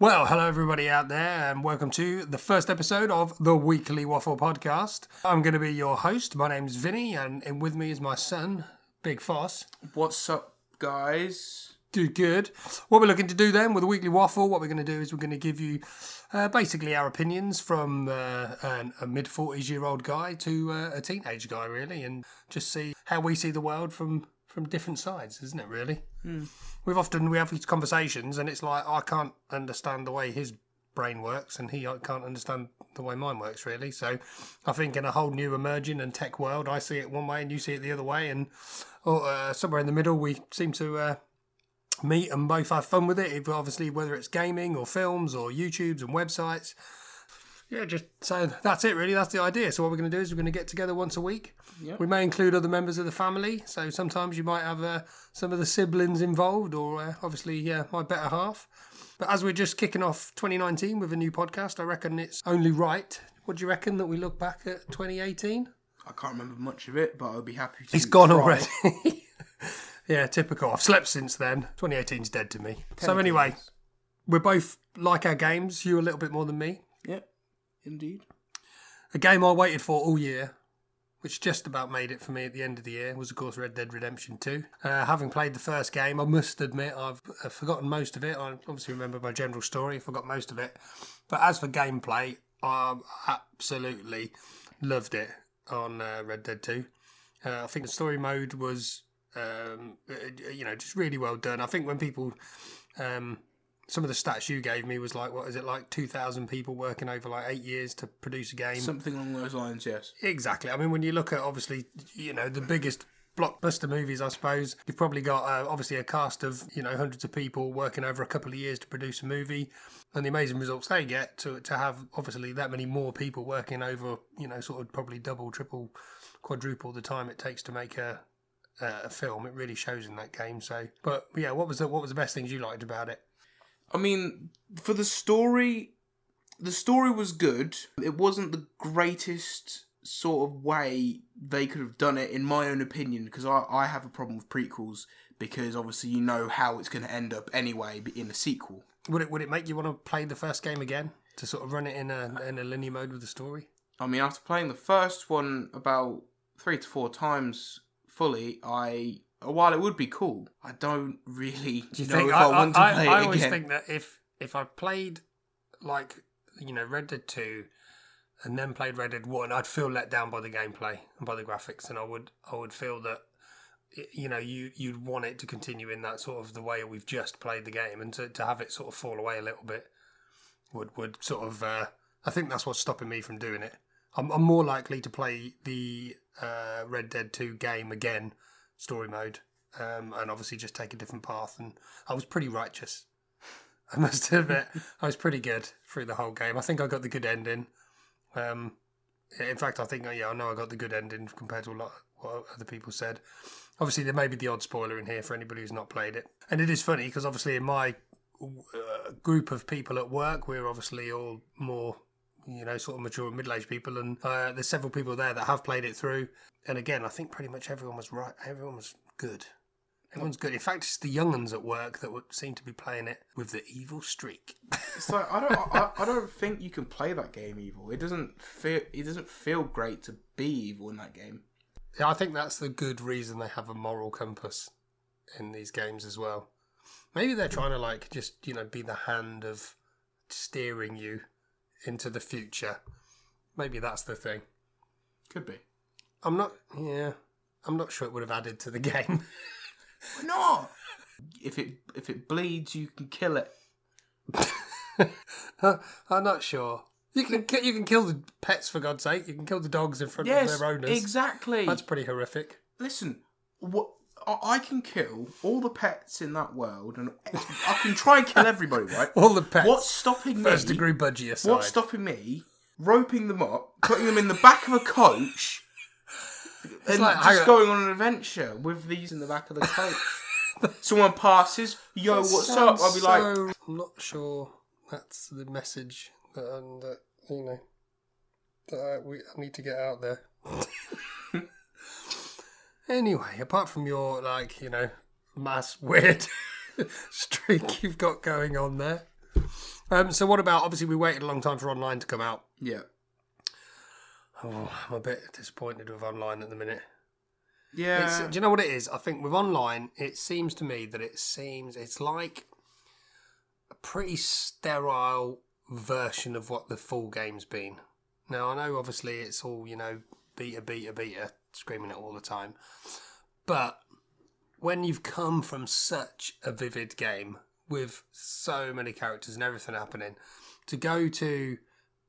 Well, hello everybody out there, and welcome to the first episode of the Weekly Waffle Podcast. I'm going to be your host. My name's Vinny, and, and with me is my son, Big Foss. What's up, guys? Do good. What we're looking to do then with the Weekly Waffle, what we're going to do is we're going to give you uh, basically our opinions from uh, an, a mid 40s year old guy to uh, a teenage guy, really, and just see how we see the world from from different sides, isn't it? Really, we've often we have these conversations, and it's like I can't understand the way his brain works, and he I can't understand the way mine works, really. So, I think in a whole new emerging and tech world, I see it one way, and you see it the other way, and or, uh, somewhere in the middle, we seem to. Uh, meet and both have fun with it. If- Obviously, whether it's gaming or films or YouTubes and websites. Yeah, just so that's it, really. That's the idea. So, what we're going to do is we're going to get together once a week. We may include other members of the family. So, sometimes you might have uh, some of the siblings involved, or uh, obviously, uh, my better half. But as we're just kicking off 2019 with a new podcast, I reckon it's only right. What do you reckon that we look back at 2018? I can't remember much of it, but I'll be happy to. It's gone try. already. yeah, typical. I've slept since then. 2018's dead to me. so anyway, we're both like our games. You a little bit more than me. Yep, indeed. A game I waited for all year, which just about made it for me at the end of the year, was of course Red Dead Redemption 2. Uh, having played the first game, I must admit I've uh, forgotten most of it. I obviously remember my general story, forgot most of it. But as for gameplay, I absolutely loved it on uh, Red Dead 2. Uh, I think the story mode was, um, uh, you know, just really well done. I think when people. Um, some of the stats you gave me was like, what is it like? Two thousand people working over like eight years to produce a game. Something along those lines, yes. Exactly. I mean, when you look at obviously, you know, the biggest blockbuster movies, I suppose, you've probably got uh, obviously a cast of, you know, hundreds of people working over a couple of years to produce a movie and the amazing results they get to, to have obviously that many more people working over, you know, sort of probably double, triple, quadruple the time it takes to make a. Uh, a film, it really shows in that game. So, but yeah, what was the what was the best things you liked about it? I mean, for the story, the story was good. It wasn't the greatest sort of way they could have done it, in my own opinion, because I, I have a problem with prequels because obviously you know how it's going to end up anyway but in a sequel. Would it would it make you want to play the first game again to sort of run it in a in a linear mode with the story? I mean, after playing the first one about three to four times fully, I while it would be cool, I don't really Do you know think? if I, I, want to I- play I it always again. think that if if I played like you know Red Dead Two and then played Red Dead One, I'd feel let down by the gameplay and by the graphics, and I would I would feel that y- you know you you'd want it to continue in that sort of the way we've just played the game, and to, to have it sort of fall away a little bit would would sort of uh, I think that's what's stopping me from doing it. I'm, I'm more likely to play the uh, Red Dead Two game again, story mode, um, and obviously just take a different path. And I was pretty righteous. I must admit, I was pretty good through the whole game. I think I got the good ending. Um, in fact, I think yeah, I know I got the good ending compared to a lot of what other people said. Obviously, there may be the odd spoiler in here for anybody who's not played it, and it is funny because obviously in my uh, group of people at work, we're obviously all more you know sort of mature and middle-aged people, and uh, there's several people there that have played it through. And again, I think pretty much everyone was right. Everyone was good. Everyone's good. In fact, it's the young uns at work that would seem to be playing it with the evil streak. So I don't, I, I don't think you can play that game evil. It doesn't feel, it doesn't feel great to be evil in that game. Yeah, I think that's the good reason they have a moral compass in these games as well. Maybe they're trying to like just you know be the hand of steering you into the future. Maybe that's the thing. Could be. I'm not. Yeah, I'm not sure it would have added to the game. Why not? If it if it bleeds, you can kill it. I'm not sure. You can ki- you can kill the pets for God's sake. You can kill the dogs in front Yes, of their owners. exactly. That's pretty horrific. Listen, what I I can kill all the pets in that world, and I can try and kill everybody, right? All the pets. What's stopping me? first degree budgie aside? What's stopping me roping them up, putting them in the back of a coach, and like, hang on. just going on an adventure with these in the back of the coach? Someone passes, yo, what's up? I'll be like, So- I'm not sure that's the message that, um, that you know that I, we I need to get out there. Anyway, apart from your like, you know, mass weird streak you've got going on there. Um, so what about obviously we waited a long time for online to come out. Yeah. Oh, I'm a bit disappointed with online at the minute. Yeah. It's, do you know what it is? I think with online, it seems to me that it seems it's like a pretty sterile version of what the full game's been. Now I know obviously it's all you know beta, beta, beta, screaming it all the time, but when you've come from such a vivid game with so many characters and everything happening, to go to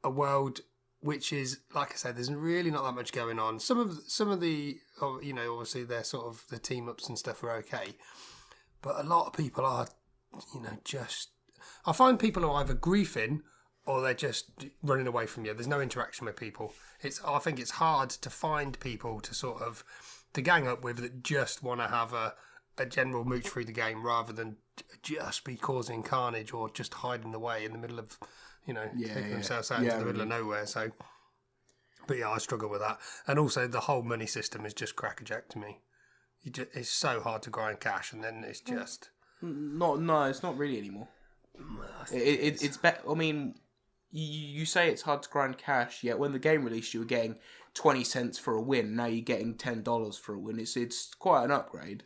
a world which is like I said, there's really not that much going on. Some of some of the oh, you know obviously they're sort of the team ups and stuff are okay, but a lot of people are you know just I find people are either griefing or they're just running away from you. There's no interaction with people. It's I think it's hard to find people to sort of to gang up with that just want to have a a general mooch through the game rather than just be causing carnage or just hiding away in the middle of you know, Yeah, taking yeah. themselves out Yeah, into the middle of nowhere. So, but yeah, I struggle with that, and also the whole money system is just crackerjack to me. You ju- it's so hard to grind cash, and then it's just Not no, it's not really anymore. It, it, it's bet. I mean, you, you say it's hard to grind cash, yet when the game released, you were getting twenty cents for a win. Now you're getting ten dollars for a win. It's it's quite an upgrade.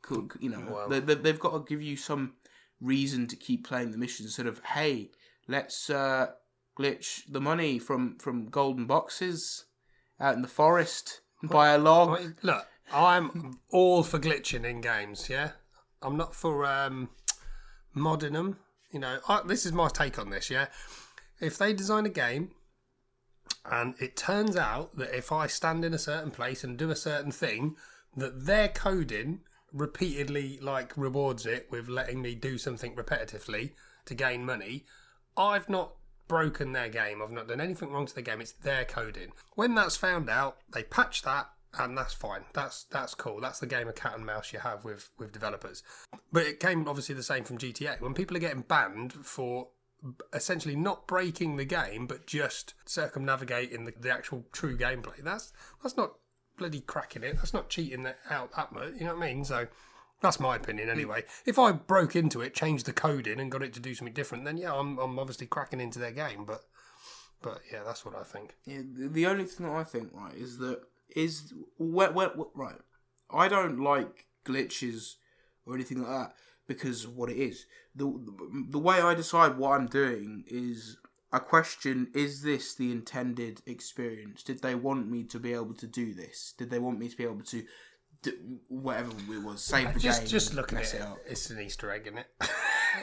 Cool, you know, Wow. they, they, they've got to give you some reason to keep playing the mission instead of hey, let's uh, glitch the money from from golden boxes out in the forest and buy a I log. mean, look, I'm all for glitching in games. Yeah, I'm not for um, modding 'em. You know, I, this is my take on this. Yeah, if they design a game and it turns out that if I stand in a certain place and do a certain thing, that their coding repeatedly like rewards it with letting me do something repetitively to gain money. I've not broken their game. I've not done anything wrong to the game. It's their coding. When that's found out, they patch that, and that's fine. That's that's cool. That's the game of cat and mouse you have with with developers. But it came obviously the same from GTA. When people are getting banned for essentially not breaking the game, but just circumnavigating the, the actual true gameplay, that's that's not bloody cracking it. That's not cheating that out that much. You know what I mean? So. That's my opinion, Hmm. anyway. If I broke into it, changed the coding, and got it to do something different, then yeah, I'm, I'm obviously cracking into their game. But, but yeah, that's what I think. Yeah, the the only thing that I think right is that is where, where, where- right. I don't like glitches or anything like that because of what it is the the way I decide what I'm doing is I question: Is this the intended experience? Did they want me to be able to do this? Did they want me to be able to do whatever it was? Save the Just, game. just and look at mess it. up. It's an Easter egg, isn't it?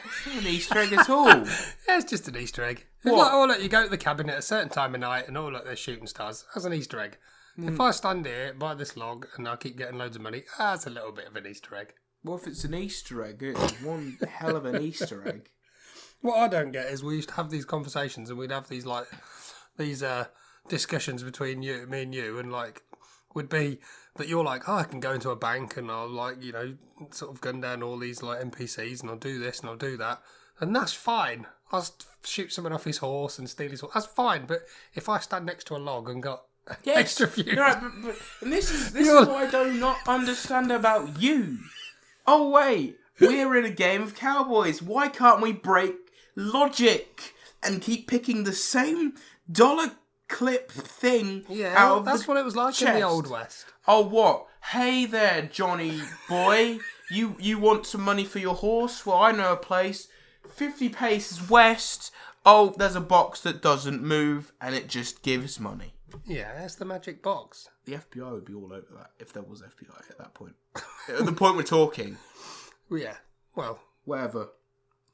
It's not an Easter egg at all. yeah, it's just an Easter egg. It's What? like, oh look, you go to the cabin at a certain time of night, and oh look, they're shooting stars. That's an Easter egg. Hmm. If I stand here by this log and I keep getting loads of money, that's a little bit of an Easter egg. well, if it's an Easter egg, it's one hell of an Easter egg. What I don't get is we used to have these conversations and we'd have these like these uh discussions between you me and you and like would be that you're like, oh, I can go into a bank and I'll like, you know, sort of gun down all these like NPCs and I'll do this and I'll do that. And that's fine. I'll s- shoot someone off his horse and steal his horse. That's fine. But if I stand next to a log and got extra views, No, but, but, and this is this You're- is what I do not understand about you. Oh wait, we're in a game of cowboys. Why can't we break logic and keep picking the same dollar clip thing yeah, out of that's the what it was like in chest? the old west. Oh what? Hey there, Johnny boy. you you want some money for your horse? Well, I know a place, fifty paces west. Oh, there's a box that doesn't move and it just gives money. Yeah, that's the magic box. The FBI would be all over that if there was FBI at that point. at the point we're talking, Yeah. Well, whatever,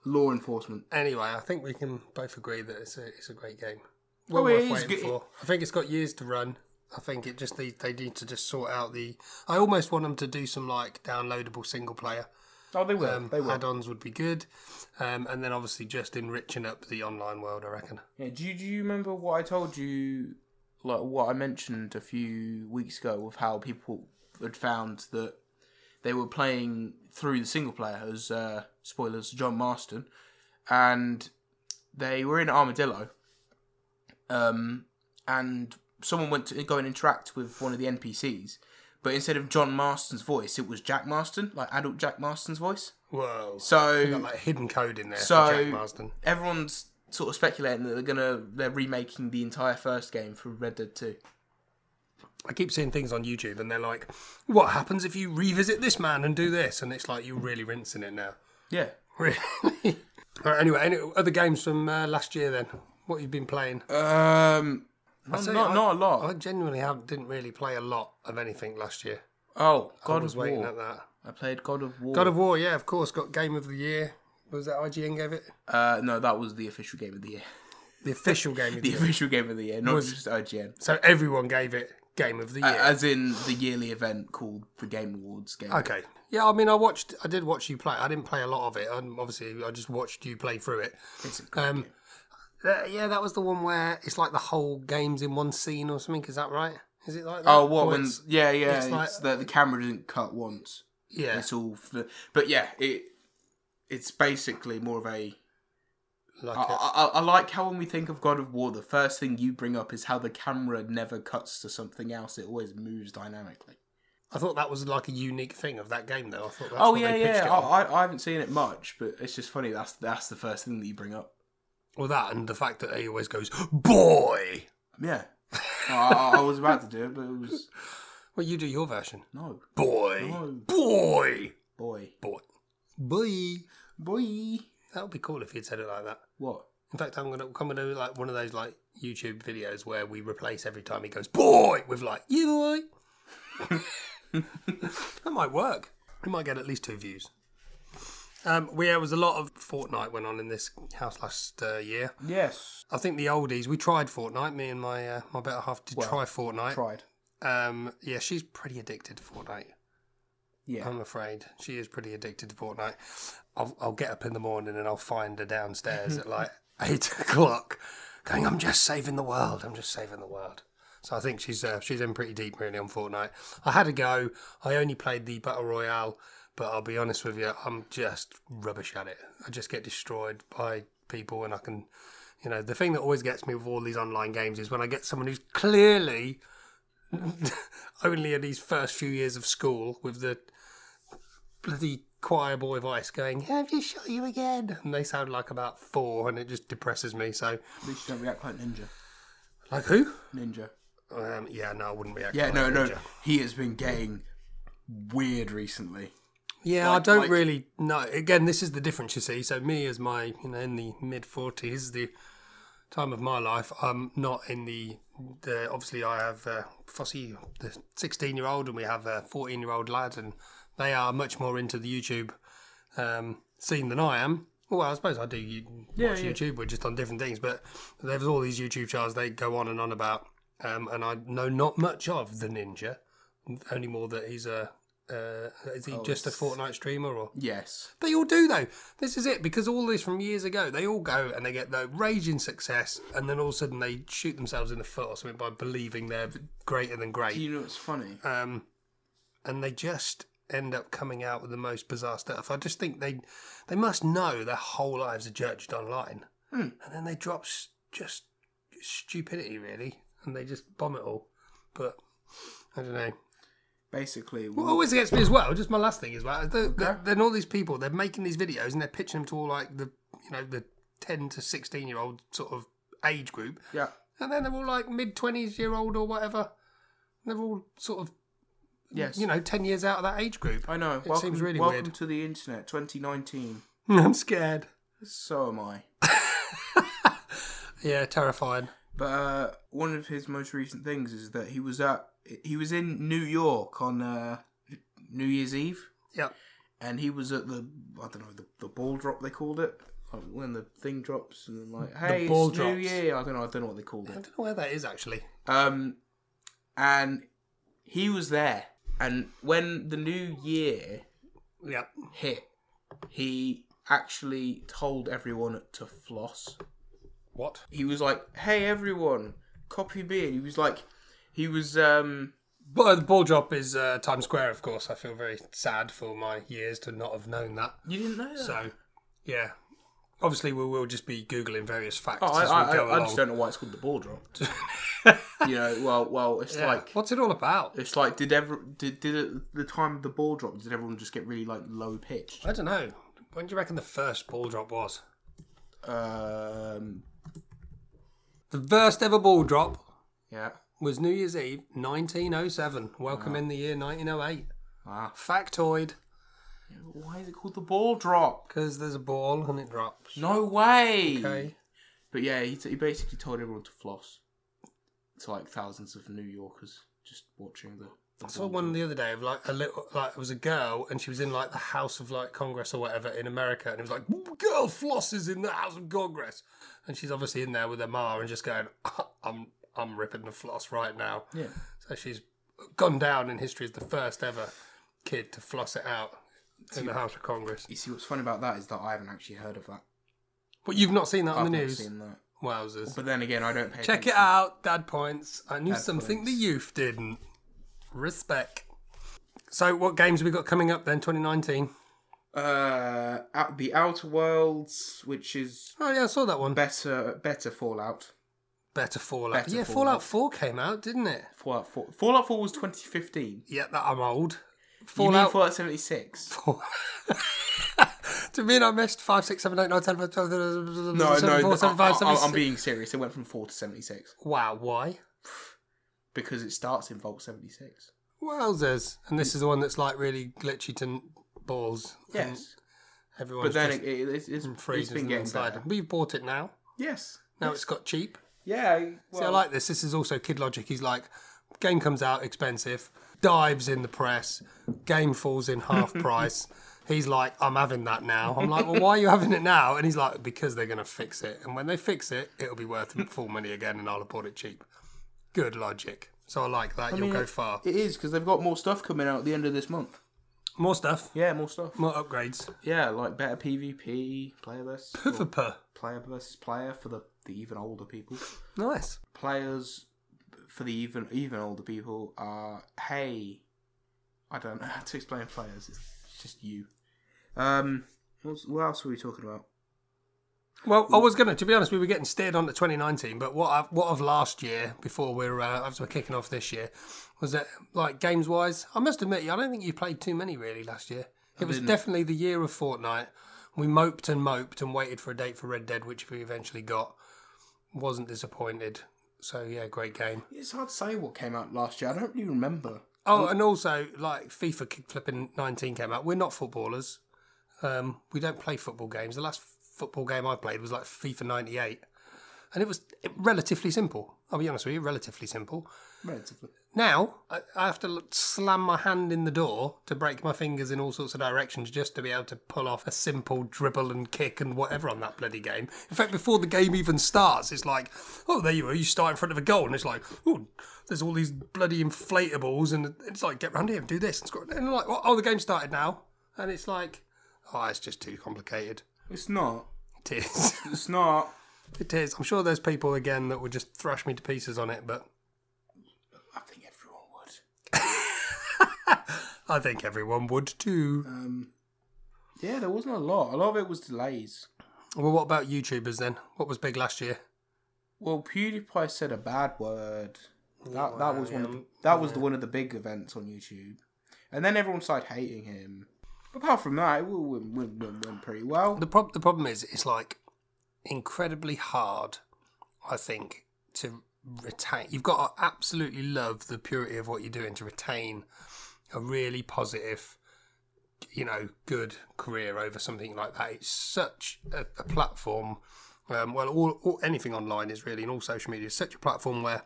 law enforcement. anyway, I think we can both agree that it's a it's a great game. Oh, Well it worth is waiting good. for. I think it's got years to run. I think it just they, they need to just sort out the. I almost want them to do some like downloadable single player Oh, they will. um, add-ons would be good, um, and then obviously just enriching up the online world. I reckon. Yeah, do you, do you remember what I told you, like what I mentioned a few weeks ago of how people had found that they were playing through the single player as uh, spoilers John Marston, and they were in Armadillo, um, and someone went to go and interact with one of the NPCs, but instead of John Marston's voice, it was Jack Marston, like adult Jack Marston's voice. Whoa. So They've got like hidden code in there So- for Jack Marsden. everyone's sort of speculating that they're gonna they're remaking the entire first game for Red Dead Two. I keep seeing things on YouTube and they're like, what happens if you revisit this man and do this? And it's like, you're really rinsing it now. Yeah. Really? Right, anyway, any other games from uh, last year then? What you've been playing? Um. Not, say not, I- not a lot. I genuinely have, didn't really play a lot of anything last year. oh, God I was of War. waiting at that. I played God of War. God of War, yeah, of course, got Game of the Year. Was that IGN gave it? uh, no, that was the official game of the year. The official Game of the The Year. official game of the year, not just IGN. So everyone gave it Game of the Year. As in the yearly event called the Game Awards game. Okay. Yeah, I mean, I watched. I did watch you play. I didn't play a lot of it. Um, obviously, I just watched you play through it. It's a great Um, game. uh, yeah, that was the one where it's like the whole game's in one scene or something. Is that right? Is it like that? Oh, what Or when? it's- Yeah, yeah. it's It's, like- that the camera doesn't cut once. Yeah, It's all. fl- But yeah, it. It's basically more of a. like I it. I, I like how when we think of God of War, the first thing you bring up is how the camera never cuts to something else; it always moves dynamically. I thought that was like a unique thing of that game, though. I thought. That's oh what yeah, they pitched yeah. It I, on. I, I haven't seen it much, but it's just funny. That's that's the first thing that you bring up. Well, that and the fact that he always goes, "Boy." Yeah, I, I, I was about to do it, but it was Well, you do your version, no boy, No. boy, boy, boy, boy. boy. That would be cool if you'd said it like that. What? In fact, I'm gonna come and do like one of those like YouTube videos where we replace every time he goes boy with like you boy. that might work. We might get at least two views. Um, we there was a lot of Fortnite went on in this house last uh, year. Yes. I think the oldies we tried Fortnite. Me and my uh, my better half did try Fortnite. Tried. Um, yeah, she's pretty addicted to Fortnite. Yeah. I'm afraid she is pretty addicted to Fortnite. I'll, I'll get up in the morning and I'll find her downstairs at like eight o'clock, going, "I'm just saving the world. I'm just saving the world." So I think she's uh, she's in pretty deep really on Fortnite. I had a go. I only played the battle royale, but I'll be honest with you, I'm just rubbish at it. I just get destroyed by people, and I can, you know, the thing that always gets me with all these online games is when I get someone who's clearly only in his first few years of school with the bloody choir boy voice going, Have you shot you again? And they sound like about four, and it just depresses me. So, At least you don't react like ninja. like who? Ninja. Um, yeah, no, I wouldn't react. Yeah, like no, no. Ninja. He has been getting weird recently. Yeah, I Like- don't like- really know. Again, this is the difference you see. So, me as my, you know, in the mid 40s, the time of my life, I'm not in the. the obviously, I have uh, Fossey, the 16 year old, and we have a 14 year old lad, and they are much more into the YouTube um, scene than I am. Well, I suppose I do you, watch yeah. YouTube, we're just on different things, but there's all these YouTube channels they go on and on about, um, and I know not much of the ninja, only more that he's a. Uh, is he just a Fortnite streamer or? Yes. They all do though. This is it because all this from years ago. They all go and they get the raging success, and then all of a sudden they shoot themselves in the foot or something by believing they're greater than Do great. you know what's funny? Um, and they just end up coming out with the most bizarre stuff. I just think they they must know their whole lives are judged online, and then they drop s- just stupidity really, and they just bomb it all. But I don't know. Basically, What always gets me as well, just my last thing as well, is that- that- then all these people, they're making these videos and they're pitching them to all like the, you know, the 10 to 16 year old sort of age group. yeah. And then they're all like mid 20s year old or whatever. And they're all sort of, Yes. you know, 10 years out of that age group. I know. It welcome, seems really welcome weird. to the internet, 2019. I'm scared. So am I. Yeah, terrifying. But uh, one of his most recent things is that he was at he was in New York on uh, New Year's Eve, Yeah. and he was at the I don't know the, the ball drop they called it like when the thing drops and then like hey ball it's New drops. Year I don't know I don't know what they called I it. don't know where that is actually. Um, and he was there. And when the new year Yeah. hit, he actually told everyone to floss. What? He was like, "Hey, everyone, copy me." And he was like, he was um, But the ball drop is uh, Times Square, of course. I feel very sad for my years to not have known that. you didn't know that. So, yeah. Obviously, we will just be googling various facts Oh, I, as we I, go I, I along. just don't know why it's called the ball drop. you know, well, well, it's Yeah. like what's it all about? it's like did ever did did at the time of the ball drop did everyone just get really like low pitched? I don't know. When do you reckon the first ball drop was? Um, The first ever ball drop yeah, was New Year's Eve, 1907. Welcome in the year 1908. Wow. Factoid, why is it called the ball drop? because there's a ball and it drops. No way. Okay. But yeah, he, t- he basically told everyone to floss to like thousands of New Yorkers just watching the. the I saw ball one drop. the other day of like a little, like it was a girl and she was in like the House of like Congress or whatever in America and it was like, girl flosses in the House of Congress. And she's obviously in there with her ma and just going, I'm, I'm ripping the floss right now. Yeah. So she's gone down in history as the first ever kid to floss it out in the House of Congress. You see, what's fun about that is that I haven't actually heard of that. But you've not seen that on I've the not news. seen that. Wowzers. But then again, I don't pay. Check it attention. out, Dad Points. I knew Dad something points. the youth didn't. Respect. So, what games have we got coming up then, 2019? Uh, out the Outer Worlds, which is Oh, yeah, I saw that one. better, better Fallout. Better Fallout. Better yeah, Fallout. Fallout. 4 came out, didn't it? Fallout Four. Fallout Four was 2015. Yeah, that I'm old. You mean Fallout Fallout 76? 4. Do you mean I missed 5, 6, 7, 8, 9, 10, 11, 12, 13, No, 14, no, 15, I, 16. am being serious. It went from four to 76 Wow, why? because it starts in Vault 76. Wowzers. And Mm. this is the one that's like really glitchy to n- balls. and Yes, Everyone's but then just it, it, it's, it's, it's freezing been getting inside. better. We've bought it now. Yes. Now it's got cheap. Yeah. I- Well, See, I like this. This is also kid logic. He's like, game comes out expensive, dives in the press, game falls in half price. He's like, I'm having that now. I'm like, well, why are you having it now? And he's like, because they're going to fix it. And when they fix it, it'll be worth full money again and I'll have bought it cheap. Good logic. So I like that. You'll go far. It is because they've got more stuff coming out at the end of this month. More stuff, Yeah, more stuff. more upgrades. Yeah, like better PvP, player versus well, Puh-puh-puh. player versus player for the, the even older people. Nice. Players for the even even older people are hey, I don't know how to explain players. It's just you. Um, what's, what else were we talking about? Well, I was going to, to be honest, we were getting steered on to 2019, but what I've, what of last year before we're uh, as we're kicking off this year was that like games wise, I must admit, I don't think you played too many really last year. It was didn't. definitely the year of Fortnite. We moped and moped and waited for a date for Red Dead, which we eventually got. Wasn't disappointed. So yeah, great game. It's hard to say what came out last year. I don't really remember. Oh, and also like FIFA Kick Flipping 19 came out. We're not footballers. Um, we don't play football games. The last football game I played was like FIFA 98, and it was relatively simple. I'll be honest with you, relatively simple. Relatively. Now I, I have to l- slam my hand in the door to break my fingers in all sorts of directions just to be able to pull off a simple dribble and kick and whatever on that bloody game. In fact, before the game even starts, it's like, oh, there you are, you start in front of a goal, and it's like, oh, there's all these bloody inflatables, and it's like, get round here and do this, and, score. and I'm like, oh, the game started now, and it's like, oh, it's just too complicated. It's not. It is. It's not. it is. I'm sure there's people again that would just thrash me to pieces on it, but I think everyone would. I think everyone would too. Um, yeah, there wasn't a lot. A lot of it was delays. Well, what about YouTubers then? What was big last year? Well, PewDiePie said a bad word. That that was one of the, um, that was the, one of the big events on YouTube, and then everyone started hating him. Apart from that, it went, went, went, went pretty well. The, prob- the problem is, it's like incredibly hard, I think, to retain. You've got to absolutely love the purity of what you're doing to retain a really positive, you know, good career over something like that. It's such a, a platform. Um, well, all, all anything online is really, and all social media is such a platform where,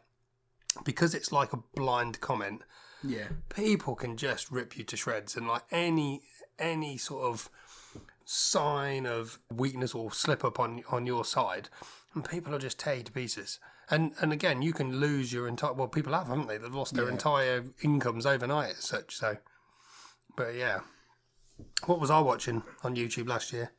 because it's like a blind comment, Yeah, people can just rip you to shreds and like any any sort of sign of weakness or slip up on on your side and people will just tear you to pieces and and again you can lose your entire well people have haven't they they've lost their Yeah. entire incomes overnight as such so but yeah what was i watching on youtube last year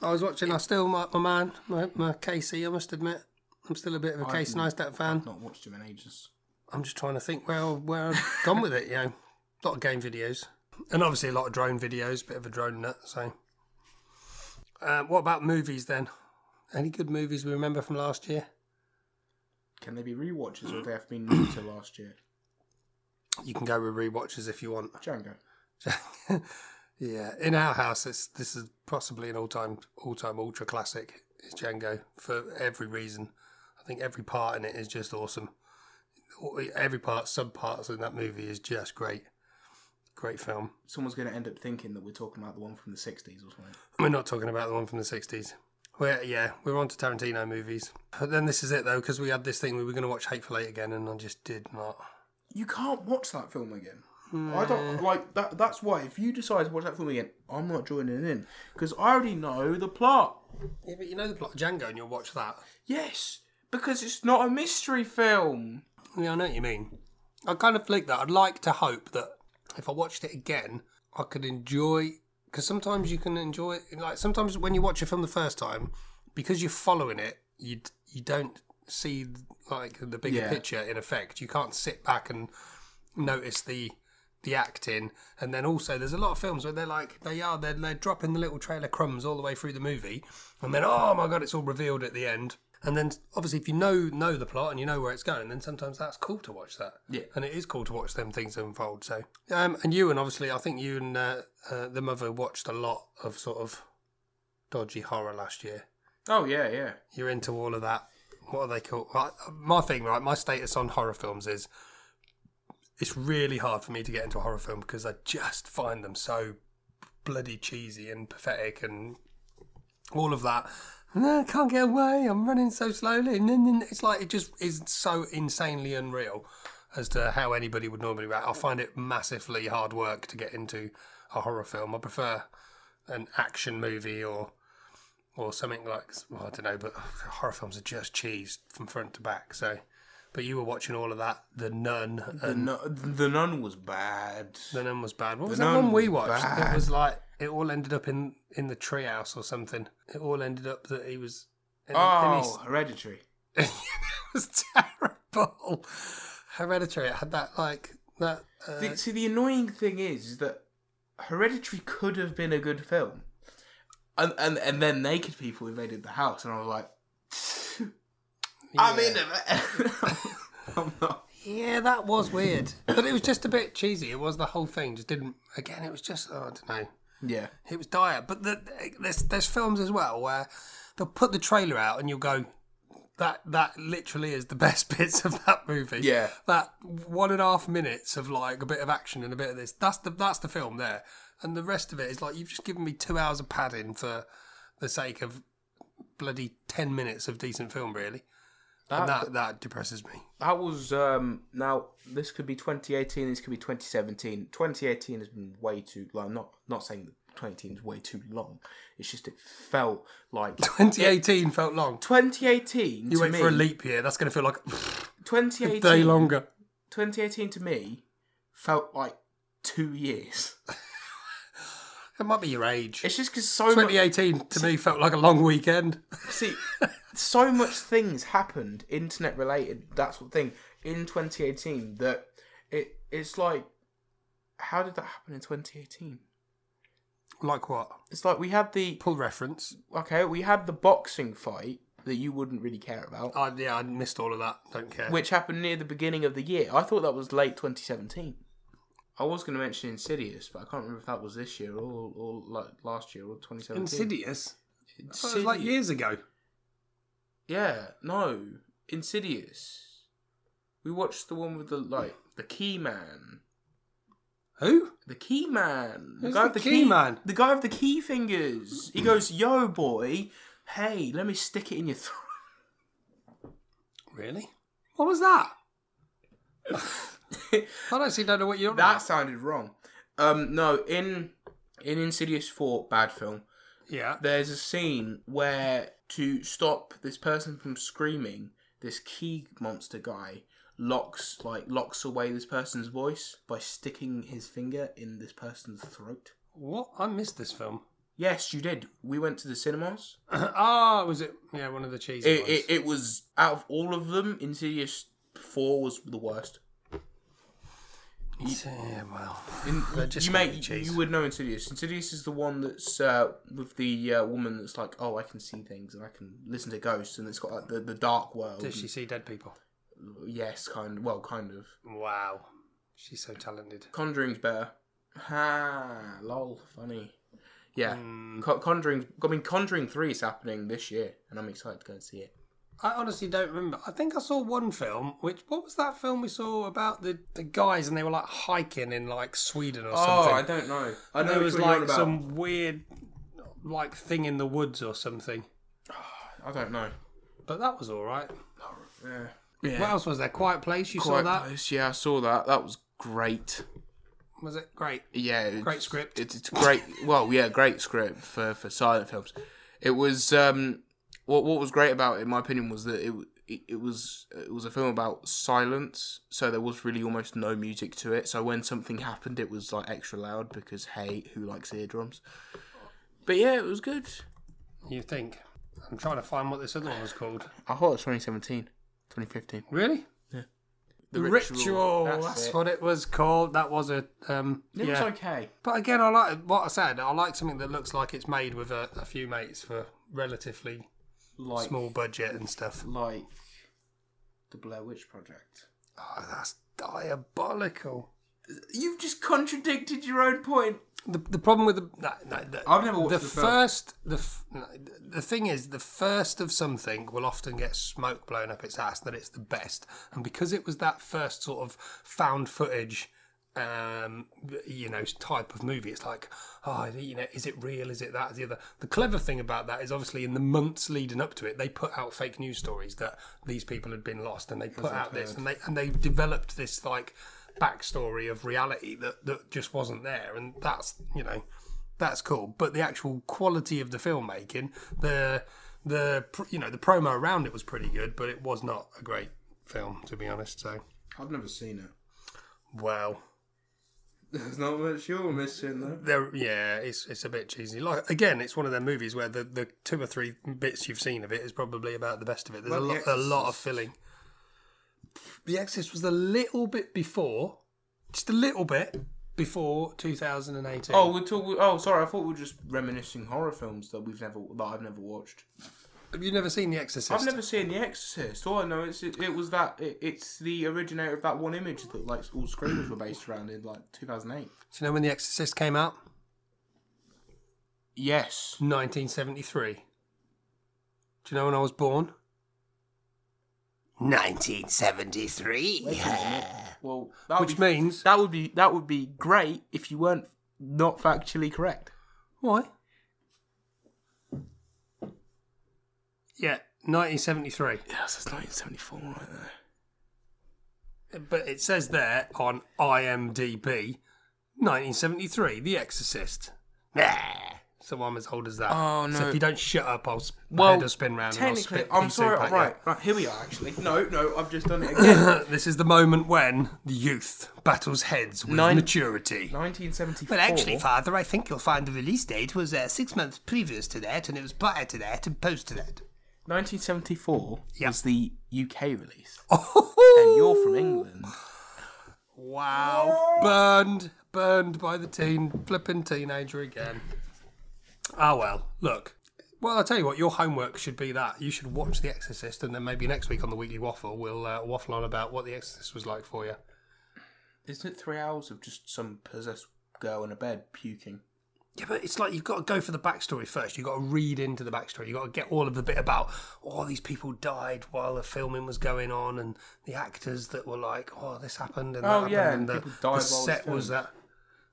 i was watching i still my, my man my, my casey i must admit i'm still a bit of a casey neistat fan not watched him in ages. I'm just trying to think where where I've gone with it. You know, a lot of game videos, and obviously a lot of drone videos. Bit of a drone nut, so Uh, what about movies then? Any good movies we remember from last year? Can they be rewatches or they have been new to last year? You can go with rewatches if you want. Django. yeah, in our house, it's, this is possibly an all-time, all-time ultra classic. It's Django for every reason. I think every part in it is just awesome. Every part, subparts in that movie is just great. Great film. Someone's going to end up thinking that we're talking about the one from the 60s or something. We're not talking about the one from the 60s. We're, yeah, we're on to Tarantino movies. But then this is it, though, because we had this thing we were going to watch Hateful Eight again, and I just did not. You can't watch that film again. I don't like that. That's why if you decide to watch that film again, I'm not joining in because I already know the plot. Yeah, but you know the plot of Django, and you'll watch that. Yes, because it's not a mystery film. Yeah, I know what you mean. I kind of like that. I'd like to hope that if I watched it again, I could enjoy. Because sometimes you can enjoy it. Like sometimes when you watch a film the first time, because you're following it, you you don't see like the bigger Yeah. picture. In effect, you can't sit back and notice the the acting. And then also, there's a lot of films where they're like they are they're, they're dropping the little trailer crumbs all the way through the movie, and then oh my god, it's all revealed at the end. And then obviously, if you know know the plot and you know where it's going, then sometimes that's cool to watch that. Yeah. and it is cool to watch them things unfold. So, um, and you and obviously, I think you and uh, uh, the mother watched a lot of sort of dodgy horror last year Oh yeah, yeah. you're into all of that. What are they called? Right, My thing, right? My status on horror films is it's really hard for me to get into a horror film because I just find them so bloody cheesy and pathetic and all of that. No, I can't get away. I'm running so slowly. And then it's like it just is so insanely unreal as to how anybody would normally react. I find it massively hard work to get into a horror film. I prefer an action movie or or something like well, I don't know, but horror films are just cheese from front to back. So, but you were watching all of that. The Nun. The, nu- the nun was bad. The Nun was bad. What was The that Nun one we was watched? It bad. was like it all ended up in in the treehouse or something. It all ended up that he was. And, and he oh, hereditary. it was terrible. Hereditary. It had that like that. Uh, The- see, the annoying thing is, is that Hereditary could have been a good film, and and and then naked people invaded the house, and I was like, I'm yeah. in it. I'm not. Yeah, that was weird, but it was just a bit cheesy. It was the whole thing. Just didn't. Again, it was just. Oh, I don't know. Yeah. It was dire. But the, there's there's films as well where they'll put the trailer out and you'll go, that that literally is the best bits of that movie. Yeah. That one and a half minutes of like a bit of action and a bit of this. That's the that's the film there. And the rest of it is like you've just given me two hours of padding for the sake of bloody ten minutes of decent film, really. and that that depresses me. That was um now this could be 2018 this could be 2017 2018 has been way too long not not saying that 2018 is way too long it's just it felt like 2018 felt long. 2018 You to wait me for a leap year. That's going to feel like a 2018 day longer. 2018 to me felt like 2 years It might be your age. it's just cuz so much 2018 to me felt like a long weekend. see so much things happened internet related that sort of thing in 2018 that it it's like how did that happen in 2018 Like what? it's like we had the Pull reference. okay, we had the boxing fight that you wouldn't really care about, I, yeah, I missed all of that. Don't care. which happened near the beginning of the year. I thought that was late 2017. I was going to mention Insidious, but I can't remember if that was this year or, or like last year or 2017. Insidious. That was Insidious. like years ago. Yeah, no, Insidious. We watched the one with the like the key man. Who? The key man. Who's the key man? The guy with the key fingers. He goes, "Yo, boy, hey, let me stick it in your throat." Really? What was that? I don't seem to know what you're. That sounded wrong. Um, no, in in Insidious Four, bad film. Yeah. There's a scene where to stop this person from screaming, this key monster guy locks like locks away this person's voice by sticking his finger in this person's throat. What? I missed this film. Yes, you did. We went to the cinemas. Ah, was it? Yeah, one of the cheesy It, ones. it, it was out of all of them, Insidious Four was the worst. Yeah, well, In, They're just you may really cheese. you would know Insidious. Insidious is the one that's uh, with the uh, woman that's like, oh, I can see things and I can listen to ghosts, and it's got like the, the dark world. does she see dead people? Yes, kind well, kind of. Wow, she's so talented. Conjuring's better. Ha, lol, funny. Yeah, Mm. Co- Conjuring. I mean, Conjuring Three is happening this year, and I'm excited to go and see it. I honestly don't remember. I think I saw one film. Which what was that film we saw about the, the guys and they were like hiking in like Sweden or something? Oh, don't know. I and there was which one you're on like about. some weird like thing in the woods or something. I don't know. But that was all right. Yeah. Yeah. What else was there? Quiet Place. You Quite saw that? close. Yeah, I saw that. That was great. Was it great? Yeah, it's- Great script. It's, it's great. Well, yeah, great script for for silent films. It was um, what what was great about it, in my opinion, was that it w- it, it was it was a film about silence. So there was really almost no music to it. So when something happened, it was like extra loud because hey, who likes eardrums? But yeah, it was good. You think? I'm trying to find what this other one was called. I thought it was 2017, 2015. Really? The That's, it. what it was called. That was a um. It yeah. was okay. But again, I like what I said. I like something that looks like it's made with a, a few mates for relatively Like small budget and stuff. like the Blair Witch Project. Oh, that's diabolical. You've just contradicted your own point. The, the problem with the, no, no, the I've never watched the the film. first the f- no, the thing is the first of something will often get smoke blown up its ass that it's the best, and because it was that first sort of found footage. Um, you know, type of movie. It's like, oh, you know, is it real? Is it that? Is the other? The clever thing about that is obviously in the months leading up to it, they put out fake news stories that these people had been lost, and they put out this, and they and they developed this like backstory of reality that that just wasn't there, and that's you know, that's cool. But the actual quality of the filmmaking, the the pr- you know the promo around it was pretty good, but it was not a great film to be honest. So I've never seen it. well, There's not much you're missing though. there yeah, it's it's a bit cheesy. Like again, it's one of them movies where the, the two or three bits you've seen of it is probably about the best of it. There's Well, a lot a The lot of Exorcist. filling. The Exorcist was a little bit before, just a little bit before 2018. Oh, we're talking. Oh, sorry. I thought we were just reminiscing horror films that we've never that I've never watched. have you never seen The Exorcist? I've never seen The Exorcist. All I know is it, it was that it, it's the originator of that one image that like all screamers were based around in like 2008. Do you know when The Exorcist came out? Yes. 1973. Do you know when I was born? 1973. Well, that would Which be, means that would be that would be great if you weren't not factually correct. why? Yeah, 1973. Yes, it's 1974 right there. But it says there on IMDb, 1973, The Exorcist. Nah. So I'm as old as that. Oh, So no. if you don't shut up, I'll sp- Well, well, head will spin round. and I'll Technically, spit I'm pea sorry. soup at you. Right, right. Here we are. Actually, no, no. I've just done it again. this is the moment when the youth battles heads with Nine- maturity. 1974. Well, actually, Father, I think you'll find the release date was uh, six months previous to that, and it was prior to that and post to that. 1974 was the UK release, Oh, and you're from England. wow. Burned, burned by the teen, flipping teenager again. Ah, well, look. Well, I'll tell you what, your homework should be that. You should watch The Exorcist, and then maybe next week on the Weekly Waffle, we'll uh, waffle on about what The Exorcist was like for you. Isn't it three hours of just some possessed girl in a bed puking? Yeah, but it's like you've got to go for the backstory first. You've got to read into the backstory. You've got to get all of the bit about all these people died while the filming was going on and the actors that were like, oh, this happened and that Oh, happened yeah, and and the, people died the while it was set was filmed. that.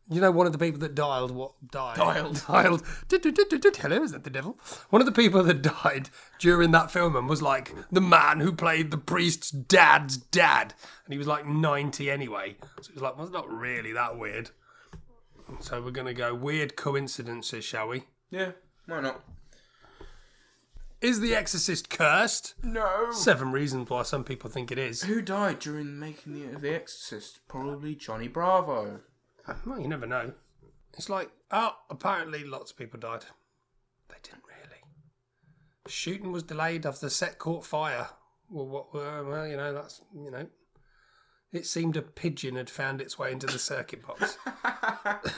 You know, one of the people that dialed what died. Dialed. Dialed. Did, did, did, did, did, hello, is that the devil? One of the people that died during that film and was like the man who played the priest's dad's dad. And he was like 90 anyway. So it was like, well, it's not really that weird. So we're going to go weird coincidences, shall we? Yeah, why not? Is The Exorcist cursed? No. Seven reasons why some people think it is. Who died during making the, the Exorcist? Probably Johnny Bravo. Well, you never know. It's like, oh, apparently lots of people died. They didn't really. Shooting uh, was delayed after the set caught fire. Well, what? Well, well, you know, that's you know. It seemed a pigeon had found its way into the circuit box.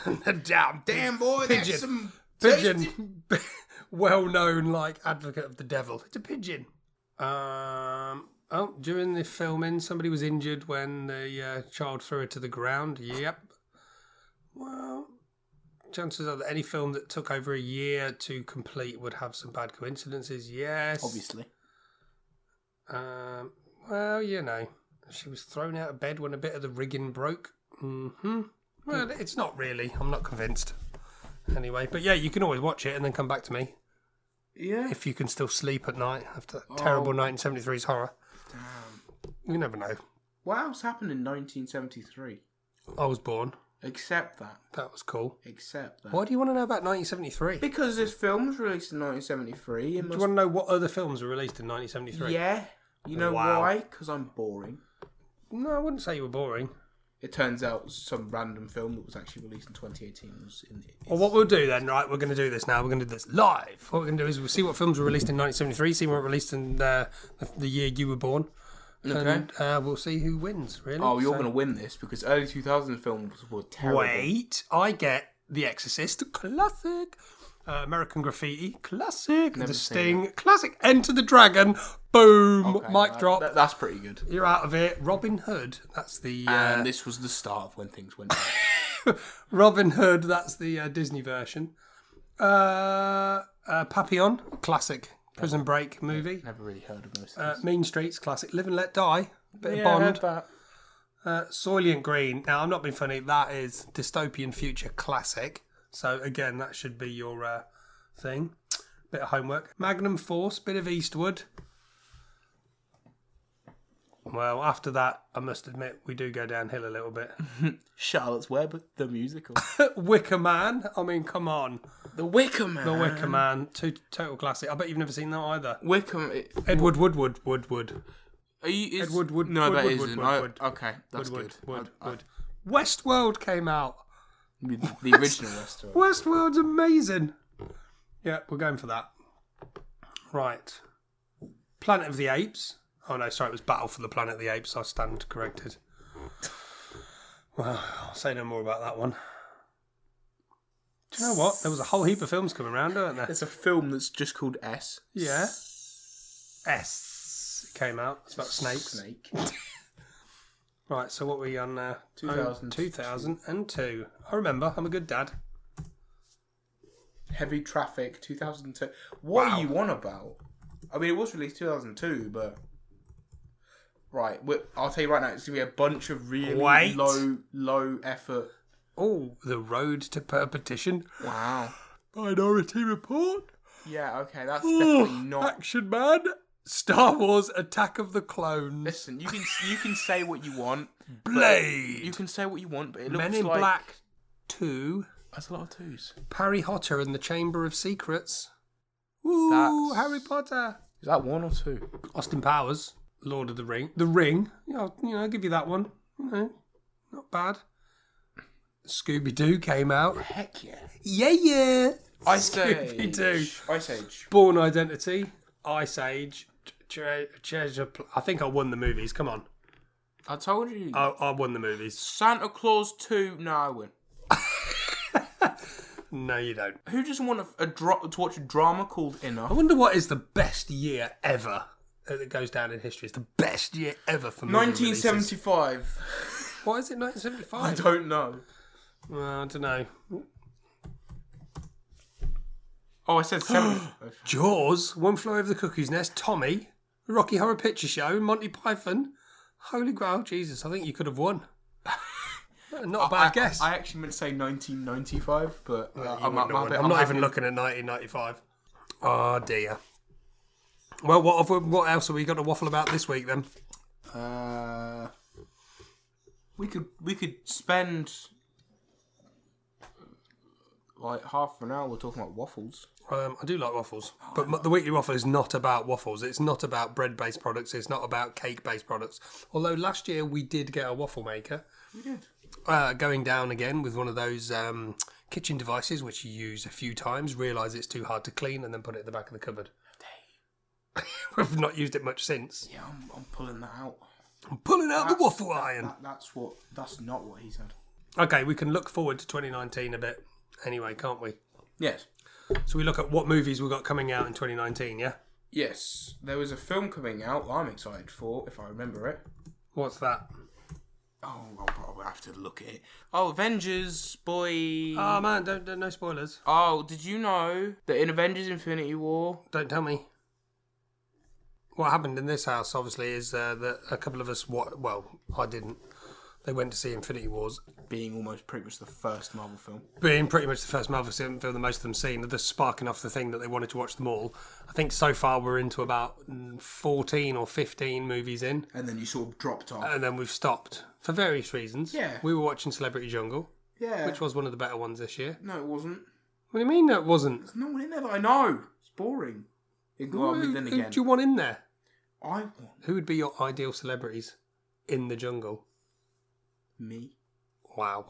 Damn, Damn boy, Pigeon. that's some tasty- pigeon, well known like advocate of the devil. It's a pigeon. Um. Oh, during the filming, somebody was injured when the uh, child threw her to the ground. Yep. Well, chances are that any film that took over a year to complete would have some bad coincidences. Yes. Obviously. Um, well, you know, she was thrown out of bed when a bit of the rigging broke. hmm Well, it's not really. I'm not convinced. Anyway, but yeah, you can always watch it and then come back to me Yeah. if you can still sleep at night after that Oh. terrible 1973's horror. Damn. You never know. What else happened in 1973? I was born. Except that. That was cool. Except that. Why do you want to know about 1973? Do Because this film was released in 1973. It you must... want to know what other films were released in 1973? Yeah. You know Wow. why? Because I'm boring. No, I wouldn't say you were boring. It turns out some random film that was actually released in 2018 was in the. Well, what we'll do then, right? We're going to do this now. We're going to do this live. What we're going to do is we'll see what films were released in 1973, see what were released in uh, the, the year you were born, and uh, we'll see who wins. Really? Oh, you're So- going to win this because early 2000 films were terrible. wait. I get The Exorcist, classic. Uh, American Graffiti, classic. the Sting, classic. Enter the Dragon, boom. Okay, Mic that- drop. that- that's pretty good. You're out of it. Robin Hood. That's the uh, And this was the start of when things went. bad. Robin Hood. That's the uh, Disney version. Uh, uh, Papillon, classic. Prison Break movie. Never really heard of most Uh, of mean Streets, classic. Live and Let Die, bit these. of Bond. Uh, Soylent Green. Now, I'm not being funny. That is dystopian future classic. So again, that should be your uh, thing. Bit of homework. Magnum Force, bit of Eastwood. Well, after that, I must admit we do go downhill a little bit. Charlotte's Web, the musical. Wicker Man. I mean, come on, the Wicker Man. The Wicker Man, two, total classic. I bet you've never seen that either. Wicker Man. Edward Woodward Woodward. Are you, is, Wood- Wood- no, Wood- that Wood- isn't. Wood- I- Wood- okay, that's Woodward good. Wood, I- I- Wood. Westworld came out. the- the original Westworld. Westworld's amazing. Yeah, we're going for that. Right. Planet of the Apes. Oh no, sorry, it was Battle for the Planet of the Apes. I stand corrected. Well, I'll say no more about that one. Do you know what? There was a whole heap of films coming around, weren't there? It's a film that's just called S. Yeah. S came out. It's about snakes. Snake. Right, so what were you on now? Oh, 2002. 2002. I remember. I'm a good dad. Heavy Traffic, 2002. What Wow. are you on about? I mean, it was released 2002, but. Right, we I'll tell you right now, it's going to be a bunch of really Wait. low low effort. Oh, The Road to Perpetition. Wow. Minority E Report. Yeah, okay, that's Ooh, definitely not. Action Man. Star Wars Attack of the Clones. Listen, you can you can say what you want. You Blade. can say what you want, but it looks Men in like Black 2. That's a lot of twos. Harry Potter and the Chamber of Secrets. Ooh, That's- Harry Potter. Is that one or two? Austin Powers. Lord of the Ring. The Ring. Yeah, I'll, you know, I'll give you that one. You know, not bad. Scooby Doo came out. Heck yeah. Yeah, yeah. Ice Age. Scooby-Doo. Ice Age. Born Identity. Ice Age. Tre- Treasure. Pl- I think I won the movies. Come on. I told you. I, I won the movies. Santa Claus 2. No, I win. No, you don't. Who doesn't want a, a dra- to watch a drama called I Enough? wonder what is the best year ever that goes down in history. It's the best year ever for movie releases. 1975. Why is it I 1975? don't know. Well, I don't know. Oh, I said 75. Jaws, One Flew Over the Cuckoo's Nest, Tommy, Rocky Horror Picture Show, Monty Python. Holy Grail, Jesus! I think you could have won. Not a bad I, guess. I actually meant to say 1995, but uh, You I'm, wouldn't I'm, have won. I'm, I'm not even looking at 1995. Oh dear. Well, what have we, what else have we got to waffle about this week then? Uh, we could we could spend like half an hour talking about waffles. Um, I do like waffles, but m- the weekly waffle is not about waffles. It's not about bread-based products. It's not about cake-based products. Although last year we did get a waffle maker. We did. Uh, going down again with one of those um, kitchen devices which you use a few times, realise it's too hard to clean, and then put it at the back of the cupboard. We've not used it much since. Yeah, I'm, I'm pulling that out. I'm pulling out the That's- waffle that- iron. that- that's what. That's not what he said. Okay, we can look forward to 2019 a bit anyway, can't we? Yes. So we look at what movies we got coming out in 2019, yeah? Yes. There was a film coming out. I'm excited for if I remember it. What's that? Oh, I'll probably have to look at it. Oh, Avengers, boy. Oh man, don't, don't no spoilers. oh, did you know that in Avengers: Infinity War? Don't tell me. What happened in this house, obviously, is uh, that a couple of us, wa well, I didn't. They went to see Infinity Wars, Being almost pretty much the first Marvel film. being pretty much the first Marvel film that most of them seen, they're just sparking off the thing that they wanted to watch them all. I think so far we're into about mm, 14 or 15 movies in, And then you sort of dropped off. and then we've stopped for various reasons. Oh. Yeah. We were watching Celebrity Jungle, yeah. which was one of the better ones this year. No, it wasn't. What do you mean that wasn't? There's no one in there that I know. It's boring. It got who me who then do again. you want in there? I want Who would be your ideal celebrities in the jungle? me. Wow.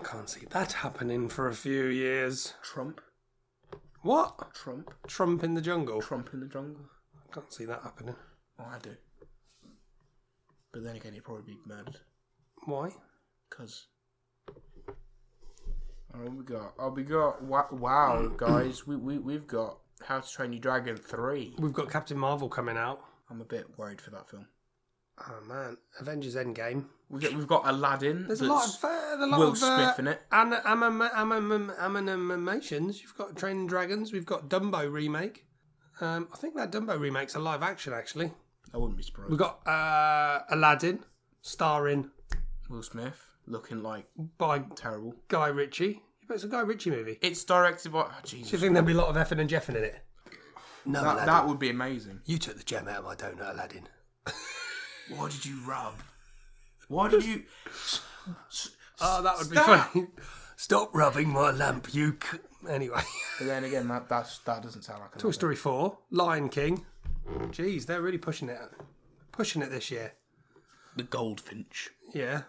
I can't see that happening for a few years. Trump. What? Trump. Trump in the jungle? Trump in the jungle. I can't see that happening. Oh, I do. But then again, he'd probably be murdered. Why? Cause. Oh, what we got? Oh, we got. Wow, wow guys, we, we we've got How to Train Your Dragon three. We've got Captain Marvel coming out. I'm a bit worried for that film. Oh man, Avengers Endgame. We've got, we've got Aladdin. There's a lot of uh, a lot Will of uh, Smith in it. And animations. You've got Training Dragons. We've got Dumbo remake. Um, I think that Dumbo remake's a live action actually. I wouldn't be surprised. We've got uh, Aladdin, starring Will Smith looking like by terrible. Guy Ritchie. But it's a Guy Ritchie movie. It's directed by. Oh, Do you Jesus. think there'll be a lot of effing and jeffing in it? No, That, Aladdin. that would be amazing. You took the gem out of my donut, Aladdin. Why did you rub? Why did you? Oh, that would Stop. be funny. Stop rubbing my lamp, you. C- anyway. But then again, that that's, that doesn't sound like a Toy Story 4, Lion King. Jeez, they're really pushing it. Pushing it this year. The Goldfinch. Yeah.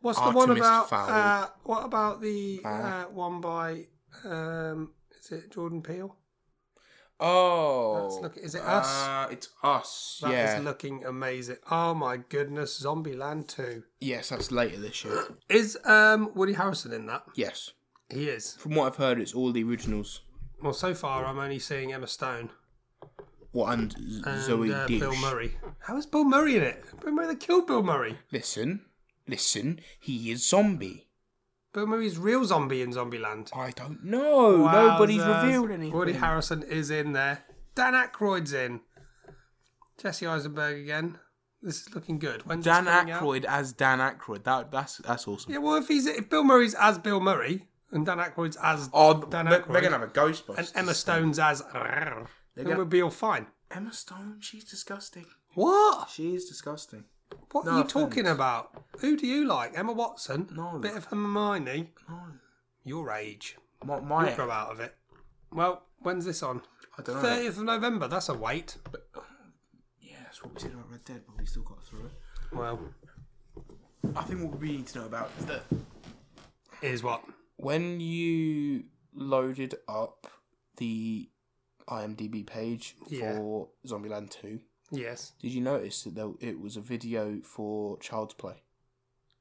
What's the one Artemis about Fowl. uh, what about the uh, one by um is it Jordan Peele? Oh, That's look- is it Us? Uh, it's us. That is yeah. looking amazing. Oh my goodness, Zombieland 2. yes, that's later this year. Is um Woody Harrison in that? yes. He is. From what I've heard, it's all the originals. Well, so far I'm only seeing Emma Stone What and, Z- and Zoe uh, Desch. Bill Murray. How is Bill Murray in it? Bill Murray they killed Bill Murray. Listen, listen. He is zombie. Bill Murray's real zombie in Zombieland. I don't know. Nobody's Wowzers. revealed anything. Woody Harrison is in there. Dan Aykroyd's in. Jesse Eisenberg again. This is looking good. When's this Dan coming out? Aykroyd as Dan Aykroyd. That that's that's awesome. Yeah, well, if he's if Bill Murray's as Bill Murray and Dan Aykroyd's as Oh, Dan they're, Aykroyd they're gonna have a Ghostbusters. and Emma Stone's as, then gonna- we'll be all fine. Emma Stone. She's disgusting. What? She is disgusting. What No are you offense. talking about? Who do you like? Emma Watson? No. Bit of Hermione. No. Your age. My, You'll my grow out of it. Well, when's this on? I don't know. Thirtieth of November. That's a wait. Yeah, that's what we said about Red Dead, but we still got through it. Well, I think what we need to know about is that is what. when you loaded up the IMDb page Yeah. for Zombieland Two, Yes. did you notice that there, it was a video for Child's Play?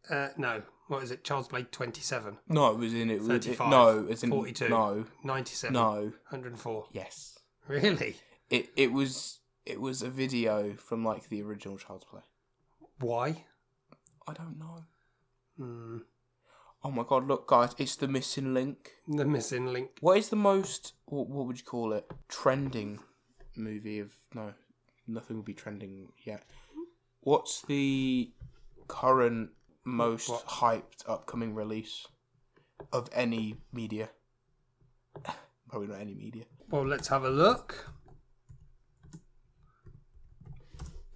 Uh, no. What is it? Child's Blade 27, No, it was in it. Was, it 35, no, it's in 42. No, 97, no. 104. Yes, Really? it it was it was a video from like the original Child's Play. Why? I don't know. Hmm. Oh my god! Look, guys, it's the missing link. the missing link. What is the most what, what would you call it trending movie of no nothing will be trending yet. What's the current most What? hyped upcoming release of any media? Probably not any media. Well, let's have a look.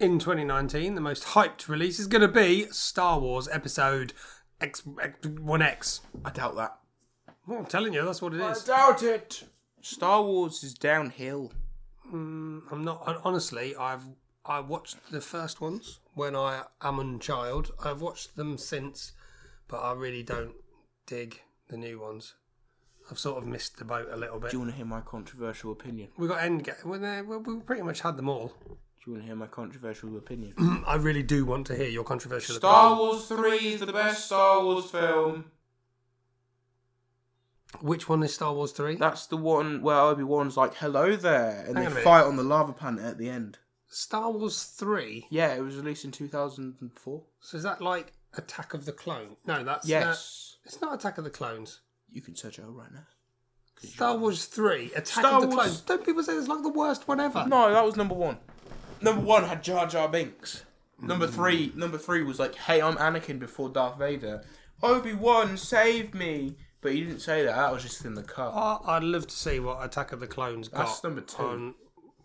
In 2019, the most hyped release is going to be Star Wars Episode X, X 1X. I doubt that. Well, I'm telling you, that's what it is. doubt it. Star Wars is downhill. I'm not hon- honestly. I've I watched the first ones when I am a child. I've watched them since, but I really don't dig the new ones. I've sort of missed the boat a little bit. Do you want to hear my controversial opinion? We got Endgame. We, we we pretty much had them all. Do you want to hear my controversial opinion? I really do want to hear your controversial Star Wars 3 is the best Star Wars film. opinion. Which one is Star Wars 3? That's the one where Obi Wan's like, hello there, Hang and on a they minute. fight on the lava planet at the end. Star Wars 3? Yeah, it was released in 2004. So is that like Attack of the Clone? No, that's. Yes. uh, it's not Attack of the Clones. You can search it up right now. Star Wars 3, Attack Star of the Wars- Clones. Don't people say it's like the worst one ever? No, that was number one. Number one had Jar Jar Binks. Number three, number three was like, "Hey, I'm Anakin before Darth Vader." Obi Wan, save me! But he didn't say that. That was just in the cut. I- I'd love to see what Attack of the Clones got. That's number two. on-